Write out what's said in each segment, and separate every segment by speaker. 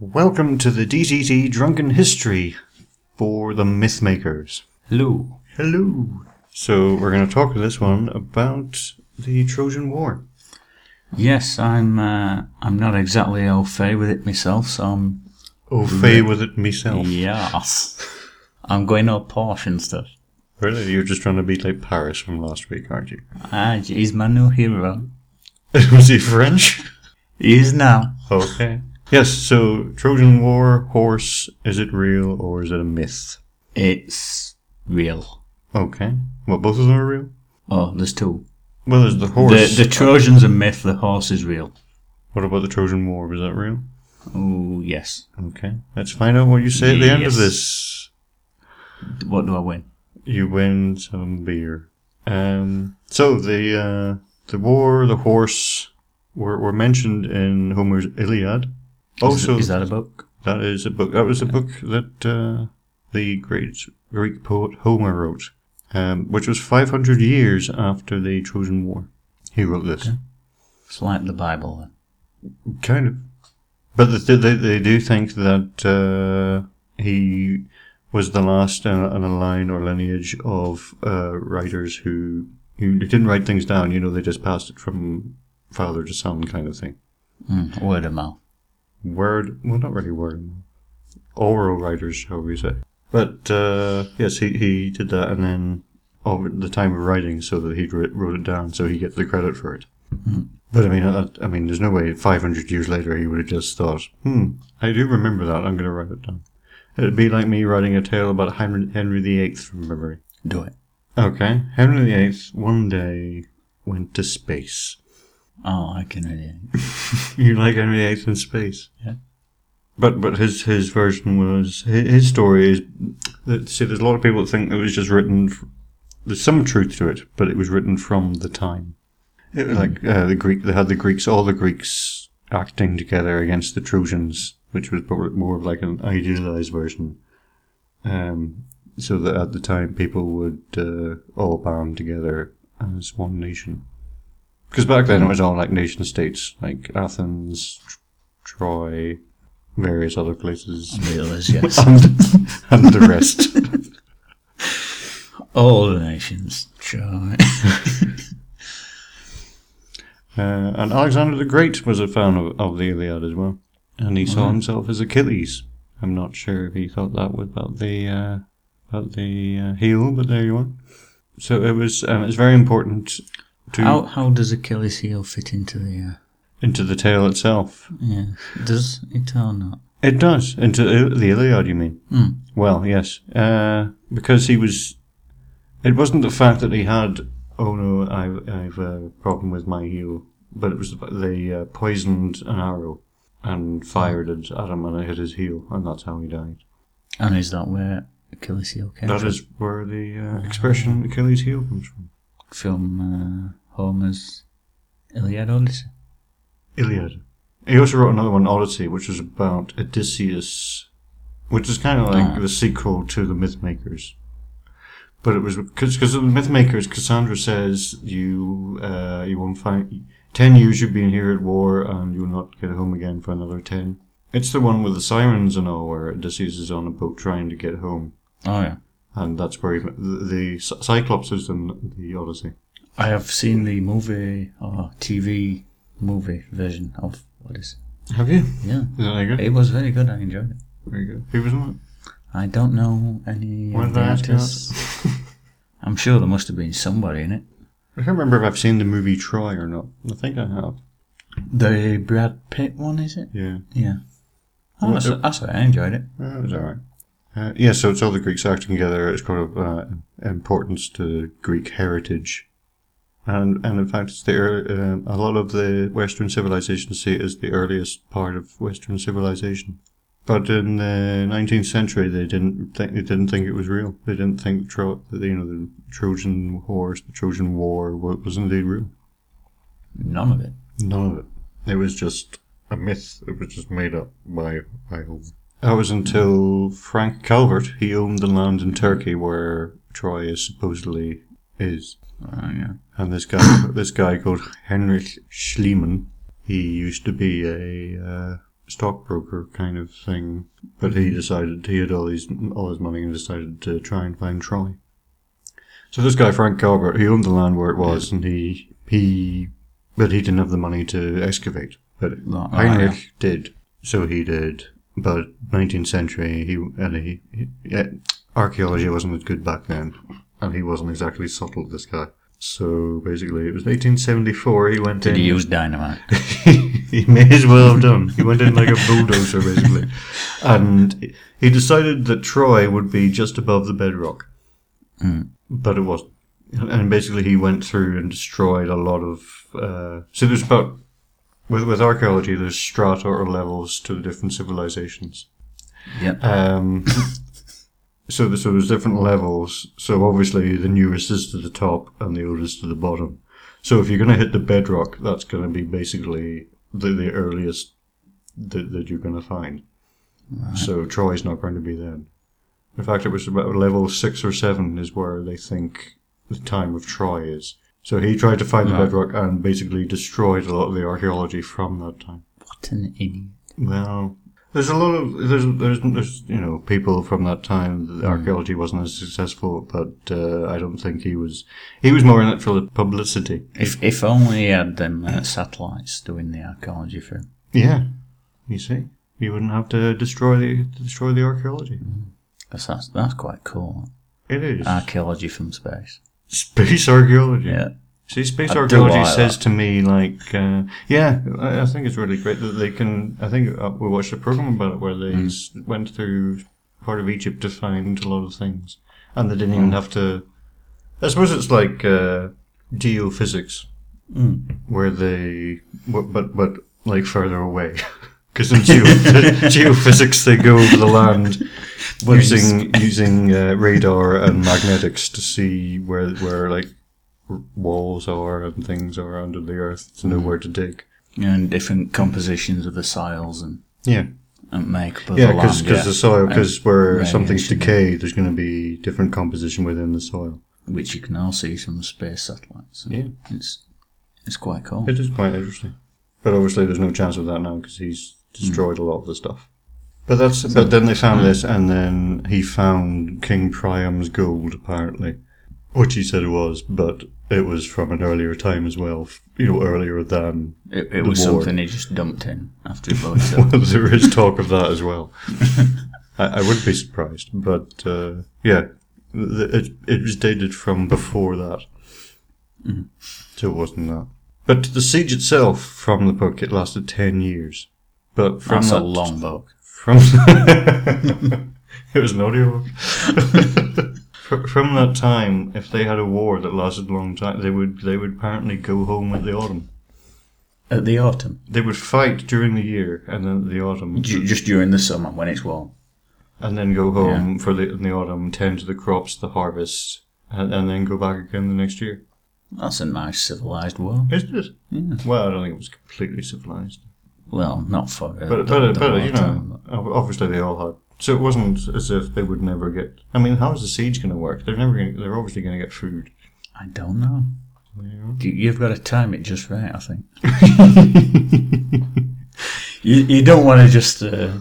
Speaker 1: Welcome to the DTT Drunken History for the Mythmakers.
Speaker 2: Lou.
Speaker 1: Hello. So we're going to talk this one about the Trojan War.
Speaker 2: Yes, I'm. Uh, I'm not exactly au fait with it myself, so I'm.
Speaker 1: Oh, fey with it myself.
Speaker 2: Yes. I'm going all Porsche and stuff.
Speaker 1: Really, you're just trying to beat like Paris from last week, aren't you?
Speaker 2: Ah, he's my new hero.
Speaker 1: Was he French?
Speaker 2: He is now.
Speaker 1: Okay. Yes. So Trojan War horse. Is it real or is it a myth?
Speaker 2: It's real.
Speaker 1: Okay. Well, both of them are real.
Speaker 2: Oh, there's two.
Speaker 1: Well, there's the
Speaker 2: The,
Speaker 1: horse.
Speaker 2: the Trojan's a myth, the horse is real.
Speaker 1: what about the Trojan War? Was that real?
Speaker 2: Oh, yes.
Speaker 1: Okay. Let's find out what you say at the end of
Speaker 2: Yes.
Speaker 1: this.
Speaker 2: What do I win?
Speaker 1: You win some beer. Um. So the uh, the war, the horse, were, were mentioned in Homer's Iliad.
Speaker 2: is,
Speaker 1: Also,
Speaker 2: is that a book?
Speaker 1: That is a book. That was a book that uh, the great Greek poet Homer wrote, um, which was 500 years after the Trojan War. He wrote this.
Speaker 2: It's like the Bible, then.
Speaker 1: Kind of. But they, they, they do think that uh, he was the last in a, in a line or lineage of uh, writers who, who didn't write things down. You know, they just passed it from father to son kind of thing.
Speaker 2: Mm, word of mouth.
Speaker 1: word well not really word oral writers shall we say but uh, yes he, he did that and then over the time of writing so that he wrote wrote it down so he gets the credit for it but I mean that, I mean there's no way 500 years later he would have just thought hmm I do remember that I'm going to write it down it'd be like me writing a tale about Henry, Henry VIII from memory
Speaker 2: Do it.
Speaker 1: okay Henry VIII one day went to space
Speaker 2: Oh, I can really.
Speaker 1: you like Henry VIII in space?
Speaker 2: Yeah.
Speaker 1: But but his his version was his, his story is that see there's a lot of people that think it was just written. f there's some truth to it, but it was written from the time. It was like uh, the Greek. They had the Greeks, all the Greeks acting together against the Trojans, which was probably more of like an idealized version. Um, so that at the time people would uh, all band together as one nation. Because back then it was all like nation states, like Athens, Tr- Troy, various other places,
Speaker 2: Real is, yes.
Speaker 1: and, and the rest.
Speaker 2: All the nations. Sure.
Speaker 1: Uh, and Alexander the Great was a fan of, of the Iliad as well, and he saw himself as Achilles. I'm not sure if he thought that was about the uh, about the uh, heel, but there you are. So it was um, it's very important to
Speaker 2: how, how does Achilles' heel fit into the.
Speaker 1: into the tale itself.
Speaker 2: Uh, yeah. Does it or not?
Speaker 1: It does into I- the Iliad, you mean?
Speaker 2: Hmm.
Speaker 1: Well, yes, uh, because he was. It wasn't the fact that he had. Oh no, I've I've a problem with my heel, but it was the- they uh, poisoned an arrow and fired it at him, and it hit his heel, and that's how he died.
Speaker 2: And is that where Achilles' heel came
Speaker 1: That
Speaker 2: from?
Speaker 1: is where the uh, expression Achilles' heel comes from.
Speaker 2: From uh, Homer's Iliad Odyssey.
Speaker 1: Iliad. He also wrote another one, Odyssey, which was about Odysseus, which is kind of like
Speaker 2: Ah.
Speaker 1: the sequel to the Mythmakers. But it was because because of the Mythmakers, Cassandra says you uh, you won't find ten years you've been here at war and you'll not get home again for another ten. It's the one with the sirens and all, where Odysseus is on a boat trying to get home,
Speaker 2: Oh, yeah.
Speaker 1: and that's where he, the, the Cy- Cyclops is in the Odyssey.
Speaker 2: I have seen the movie or TV movie version of Odyssey.
Speaker 1: Have you?
Speaker 2: Yeah.
Speaker 1: Is that any good?
Speaker 2: It was very good. I enjoyed it.
Speaker 1: Very good. Who was in it?
Speaker 2: I don't know any
Speaker 1: Why
Speaker 2: of
Speaker 1: did
Speaker 2: the
Speaker 1: I ask you
Speaker 2: artists. I'm sure there must have been somebody in it.
Speaker 1: I can't remember if I've seen the movie Troy or not. I think I have.
Speaker 2: The Brad Pitt one, is it?
Speaker 1: Yeah.
Speaker 2: Yeah. Oh,
Speaker 1: What-
Speaker 2: that's, that's all right. I enjoyed it.
Speaker 1: Uh, it was alright. Uh, yeah, so it's all the Greeks acting together. It's kind of uh, importance to Greek heritage. And, and in fact, it's the ear- um a lot of the Western civilization see it as the earliest part of Western civilization. But in the 19th century, they didn't think they didn't think it was real. They didn't think Tro- that, you know the Trojan horse, the Trojan War wa- was indeed real.
Speaker 2: None of it.
Speaker 1: None of it. It was just a myth. It was just made up by by. That was until Frank Calvert. He owned the land in Turkey where Troy is supposedly is,
Speaker 2: Oh, yeah.
Speaker 1: and this guy, this guy called Heinrich Schliemann, he used to be a uh, stockbroker kind of thing. But he decided he had all his all his money and decided to try and find Troy. So this guy Frank Calvert, he owned the land where it was, and he he, but he didn't have the money to excavate. But
Speaker 2: Right, right,
Speaker 1: Heinrich
Speaker 2: yeah.
Speaker 1: did, so he did. But 19th century, he and he, he yeah, archaeology wasn't as good back then, and he wasn't exactly subtle. This guy. So basically, it was 1874. He went in.
Speaker 2: Did he use dynamite?
Speaker 1: he may as well have done. He went in like a bulldozer, basically. And he decided that Troy would be just above the bedrock. But it wasn't. And basically, he went through and destroyed a lot of. Uh, so there's about. With, with archaeology, there's strata or levels to the different civilizations.
Speaker 2: Yep.
Speaker 1: Um, so, th- so there's different levels. So obviously the newest is to the top and the oldest to the bottom. So if you're going to hit the bedrock, that's going to be basically the, the earliest that, that you're going to find. So Troy's not going to be then. In fact, it was about level six or seven is where they think the time of Troy is. So he tried to find the
Speaker 2: Right.
Speaker 1: bedrock and basically destroyed a lot of the archaeology from that time.
Speaker 2: What an idiot.
Speaker 1: Well, there's a lot of there's there's, there's you know people from that time. The archaeology wasn't as successful, but uh, I don't think he was. He was more in it for the publicity.
Speaker 2: If if only he had them uh, satellites doing the archaeology for him.
Speaker 1: Yeah, you see, you wouldn't have to destroy the destroy the archaeology.
Speaker 2: 'Cause that's, that's quite cool.
Speaker 1: It is
Speaker 2: Archaeology from space.
Speaker 1: space archaeology.
Speaker 2: Yeah.
Speaker 1: See, space
Speaker 2: I do
Speaker 1: archaeology
Speaker 2: like
Speaker 1: says to me like, uh, yeah, I, I think it's really great that they can. I think uh, we watched a program about it where they
Speaker 2: Hmm.
Speaker 1: s- went through part of Egypt to find a lot of things, and they didn't even
Speaker 2: Hmm.
Speaker 1: have to. I suppose it's like uh, geophysics,
Speaker 2: Hmm.
Speaker 1: where they, w- but but like further away. Because in geophy- geophysics, they go over the land using using uh, radar and magnetics to see where where like r- walls are and things are under the earth to know where to dig.
Speaker 2: And different compositions of the soils and,
Speaker 1: Yeah,
Speaker 2: and makeup of
Speaker 1: yeah,
Speaker 2: the land.
Speaker 1: because the soil, because where something's
Speaker 2: radiation.
Speaker 1: decayed, there's going to be different composition within the soil.
Speaker 2: Which you can all see from space satellites.
Speaker 1: Yeah.
Speaker 2: It's, it's quite cool.
Speaker 1: It is quite interesting, Mm. but obviously there's no chance of that now because he's destroyed a lot of the stuff. But that's but then they found this, and then he found King Priam's gold apparently, which he said it was, but it was from an earlier time as well. f- You know, earlier than
Speaker 2: It, it was
Speaker 1: war.
Speaker 2: something he just dumped in after he blew it up.
Speaker 1: there is talk of that as well. I, I wouldn't be surprised, but uh, yeah, th- it it was dated from before that,
Speaker 2: Mm-hmm.
Speaker 1: so it wasn't that. But the siege itself, from the book, it lasted ten years. But from
Speaker 2: That's a
Speaker 1: that,
Speaker 2: long book.
Speaker 1: from it was an audio. Fr- from that time, if they had a war that lasted a long time, they would they would apparently go home at the autumn.
Speaker 2: At the autumn.
Speaker 1: They would fight during the year, and then at the autumn,
Speaker 2: Ju- just during the summer when it's warm.
Speaker 1: and then go home for the in the autumn, tend to the crops, the harvest, and, and then go back again the next year.
Speaker 2: That's a nice civilized world.
Speaker 1: Isn't it? Well, I don't think it was completely civilized,
Speaker 2: Well, not for uh,
Speaker 1: but
Speaker 2: the-
Speaker 1: but,
Speaker 2: the
Speaker 1: but you
Speaker 2: war time,
Speaker 1: know, ob- obviously they all had. So it wasn't as if they would never get. I mean, how is the siege going to work? They're never. Gonna, they're obviously going to get food.
Speaker 2: I don't know. You- You've got to time it just right, I think. you, you don't want to just uh,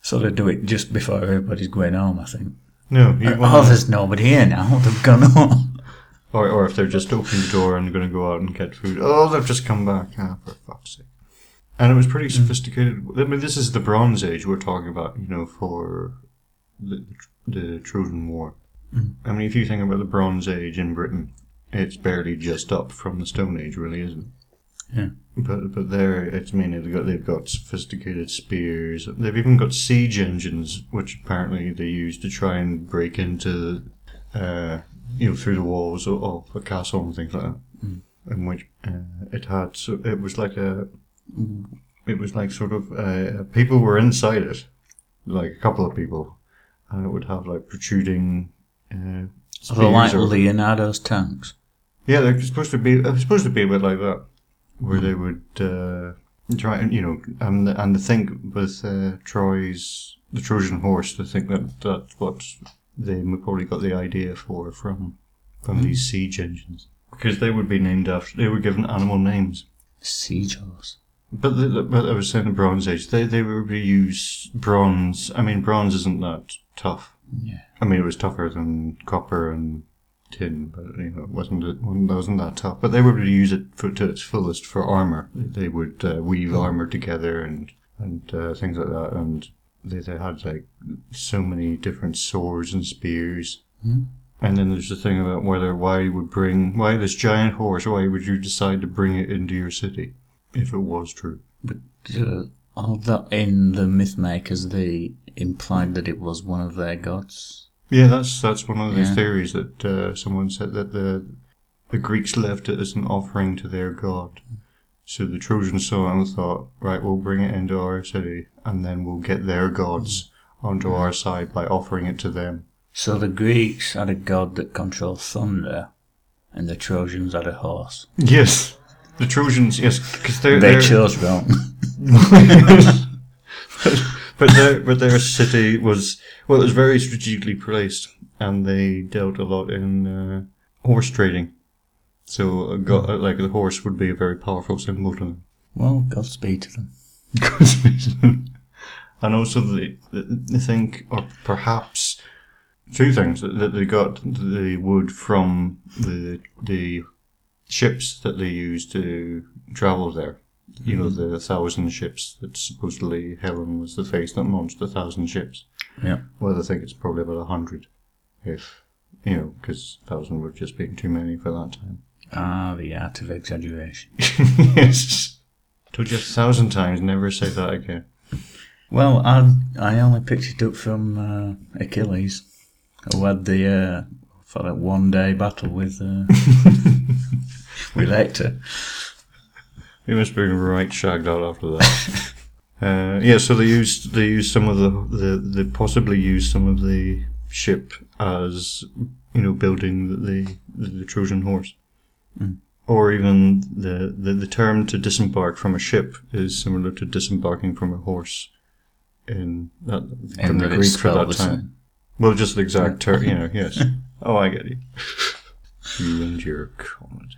Speaker 2: sort of do it just before everybody's going home, I think.
Speaker 1: No, you
Speaker 2: Oh,
Speaker 1: won't.
Speaker 2: there's nobody here now. They've gone home.
Speaker 1: Or, or if they're just open the door and going to go out and get food. Oh, they've just come back. Ah, for fuck's sake. And it was pretty sophisticated. I mean, this is the Bronze Age we're talking about, you know, for the, the Trojan War. I mean, if you think about the Bronze Age in Britain, it's barely just up from the Stone Age, really, isn't it?
Speaker 2: Yeah.
Speaker 1: But but there, it's mainly they've got they've got sophisticated spears. They've even got siege engines, which apparently they use to try and break into, uh, you know, through the walls of, of a castle and things like that. In which uh, it had so it was like a, it was like sort of uh, people were inside it, like a couple of people, and it would have like protruding. Uh,
Speaker 2: Are they like
Speaker 1: spears or-
Speaker 2: Leonardo's tanks?
Speaker 1: yeah, they're supposed to be. It's supposed to be a bit like that, where they would uh, try and you know, and the, and the thing with uh, Troy's the Trojan horse. I think that that's what they m- probably got the idea for from from these siege engines because they would be named after. They were given animal names.
Speaker 2: Siege horse.
Speaker 1: But, the, the- but I was saying the Bronze Age. They they reuse bronze. I mean, bronze isn't that tough.
Speaker 2: Yeah.
Speaker 1: I mean, it was tougher than copper and tin, but you know, it wasn't it wasn't wasn't that tough. But they would use it for, to its fullest for armor. They would uh, weave armor together and and uh, things like that. And they, they had like so many different swords and spears.
Speaker 2: Hmm.
Speaker 1: And then there's the thing about whether why you would bring why this giant horse. Why would you decide to bring it into your city if it was true?
Speaker 2: Uh, although in the Mythmakers, they implied that it was one of their gods.
Speaker 1: Yeah, that's that's one of those
Speaker 2: Yeah.
Speaker 1: theories that uh, someone said that the the Greeks left it as an offering to their god. So the Trojans saw it and thought, right, we'll bring it into our city, and then we'll get their gods onto our side by offering it to them.
Speaker 2: So the Greeks had a god that controlled thunder, and the Trojans had a horse.
Speaker 1: Yes, the Trojans, yes, because they're,
Speaker 2: They
Speaker 1: they're-
Speaker 2: chose wrong.
Speaker 1: but their but their city was well, it was very strategically placed, and they dealt a lot in uh, horse trading. So, a go- uh, like the horse would be a very powerful symbol to them.
Speaker 2: well, Godspeed to them.
Speaker 1: and also the, the, the thing, or perhaps two things that, that they got the wood from the the ships that they used to travel there. You know, the thousand ships that supposedly Helen was the face that launched the thousand ships.
Speaker 2: Yeah.
Speaker 1: Well, I think it's probably about a hundred, if you know, because thousand would just be too many for that time.
Speaker 2: Ah, the art of exaggeration.
Speaker 1: yes, told you a thousand times, never say that again.
Speaker 2: Well, I I only picked it up from uh, Achilles, who had the uh, for that one day battle with uh, with Hector.
Speaker 1: You must be right shagged out after that. uh, yeah, so they used they used some of the, the they possibly used some of the ship as you know building the the, the Trojan horse,
Speaker 2: Mm.
Speaker 1: or even the, the the term to disembark from a ship is similar to disembarking from a horse. In that from
Speaker 2: And
Speaker 1: the
Speaker 2: that
Speaker 1: Greek
Speaker 2: it's
Speaker 1: for
Speaker 2: spelled
Speaker 1: that
Speaker 2: the
Speaker 1: time.
Speaker 2: same.
Speaker 1: Well, just the exact term, you know. Yes. oh, I get you. You and your comedy.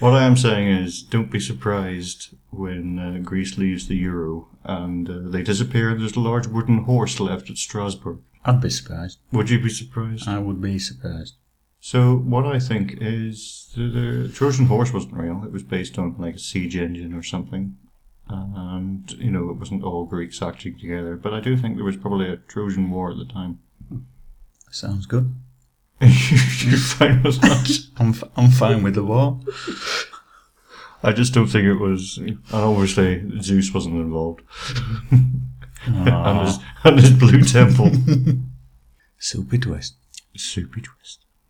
Speaker 1: What I am saying is, don't be surprised when uh, Greece leaves the euro and uh, they disappear. and There's a large wooden horse left at Strasbourg.
Speaker 2: I'd be surprised.
Speaker 1: Would you be surprised?
Speaker 2: I would be surprised.
Speaker 1: So what I think is the, the Trojan horse wasn't real. It was based on like a siege engine or something, and you know it wasn't all Greeks acting together. But I do think there was probably a Trojan war at the time.
Speaker 2: Sounds good.
Speaker 1: you find was that.
Speaker 2: I'm, f- I'm fine with the war.
Speaker 1: I just don't think it was. And obviously Zeus wasn't involved, and his and his blue temple.
Speaker 2: Super twist.
Speaker 1: Soupy twist.